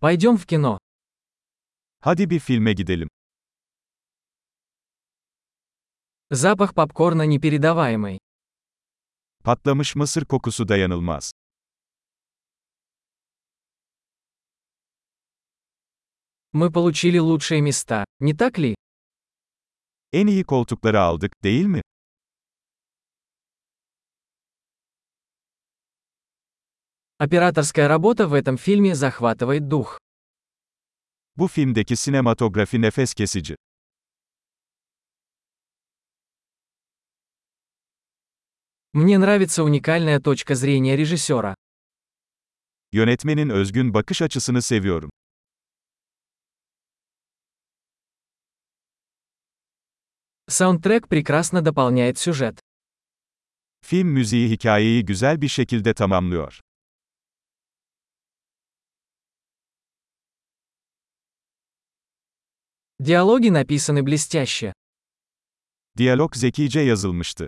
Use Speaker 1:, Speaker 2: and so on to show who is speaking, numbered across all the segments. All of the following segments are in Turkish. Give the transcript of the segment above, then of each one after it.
Speaker 1: Пойдем в кино.
Speaker 2: Hadi bir filme gidelim.
Speaker 1: Запах попкорна непередаваемый.
Speaker 2: Patlamış mısır kokusu dayanılmaz.
Speaker 1: Мы получили лучшие места, не так ли?
Speaker 2: En iyi koltukları aldık, değil mi?
Speaker 1: Операторская работа в этом фильме захватывает дух.
Speaker 2: Bu filmdeki sinematografi nefes kesici.
Speaker 1: Мне нравится уникальная точка зрения режиссера.
Speaker 2: Yönetmenin özgün bakış açısını seviyorum.
Speaker 1: Саундтрек прекрасно дополняет сюжет.
Speaker 2: Film müziği hikayeyi güzel bir şekilde tamamlıyor.
Speaker 1: Диалоги написаны блестяще.
Speaker 2: Diyalog zekice yazılmıştı.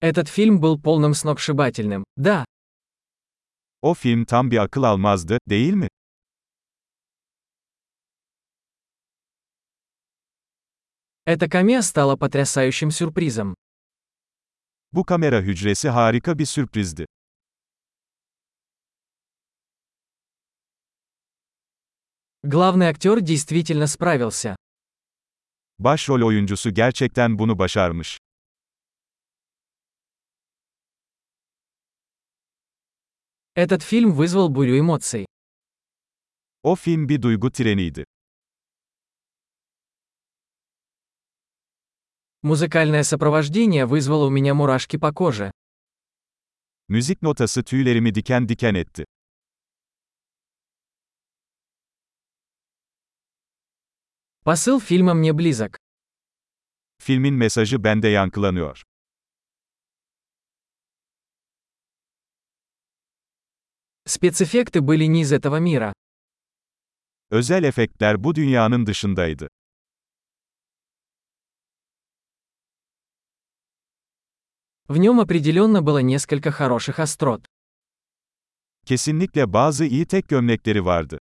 Speaker 1: Этот фильм был полным сногсшибательным. Да,
Speaker 2: O film tam bir akıl almazdı, değil mi?
Speaker 1: эта камея стала потрясающим сюрпризом.
Speaker 2: Bu kamera hücresi harika bir sürprizdi.
Speaker 1: Главный актер действительно справился.
Speaker 2: Başrol oyuncusu gerçekten bunu başarmış.
Speaker 1: Этот фильм вызвал бурю эмоций.
Speaker 2: O film bir duygu treniydi.
Speaker 1: Музыкальное сопровождение вызвало у меня мурашки по коже.
Speaker 2: Müzik notası tüylerimi diken diken etti.
Speaker 1: Посыл фильма мне близок.
Speaker 2: Filmin mesajı bende yankılanıyor.
Speaker 1: Спецэффекты были не из этого мира.
Speaker 2: Özel efektler bu dünyanın dışındaydı.
Speaker 1: В нем определенно было несколько хороших острот.
Speaker 2: Kesinlikle bazı iyi tek gömlekleri vardı.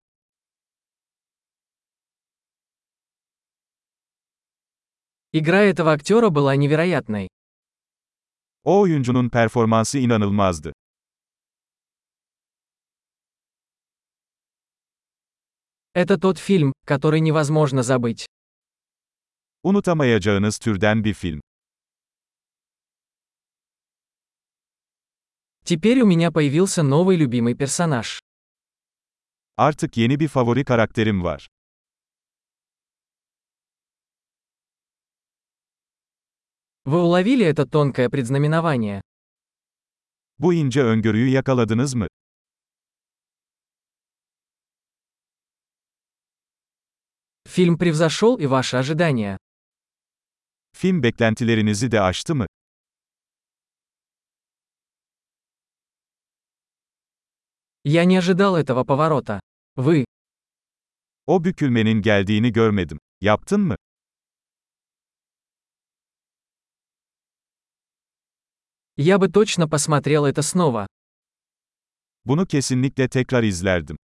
Speaker 1: Игра этого актера была невероятной.
Speaker 2: O oyuncunun performansı inanılmazdı.
Speaker 1: Это тот фильм, который невозможно забыть.
Speaker 2: Unutamayacağınız türden bir film.
Speaker 1: Теперь у меня появился новый любимый персонаж.
Speaker 2: Artık yeni bir favori karakterim var.
Speaker 1: Вы уловили это тонкое предзнаменование?
Speaker 2: Bu ince öngörüyü yakaladınız mı?
Speaker 1: Фильм превзошел и ваши ожидания.
Speaker 2: Film beklentilerinizi de aştı mı?
Speaker 1: Я не ожидал этого поворота. Вы.
Speaker 2: O bükülmenin geldiğini görmedim. Yaptın mı?
Speaker 1: Я бы точно посмотрел это снова.
Speaker 2: Bunu kesinlikle tekrar izlerdim.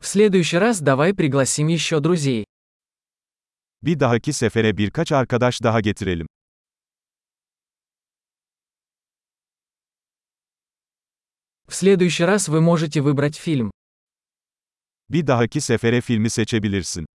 Speaker 1: В следующий раз давай пригласим еще друзей.
Speaker 2: Bir dahaki sefere birkaç arkadaş daha getirelim.
Speaker 1: В следующий раз вы можете выбрать фильм.
Speaker 2: Bir dahaki sefere filmi seçebilirsin.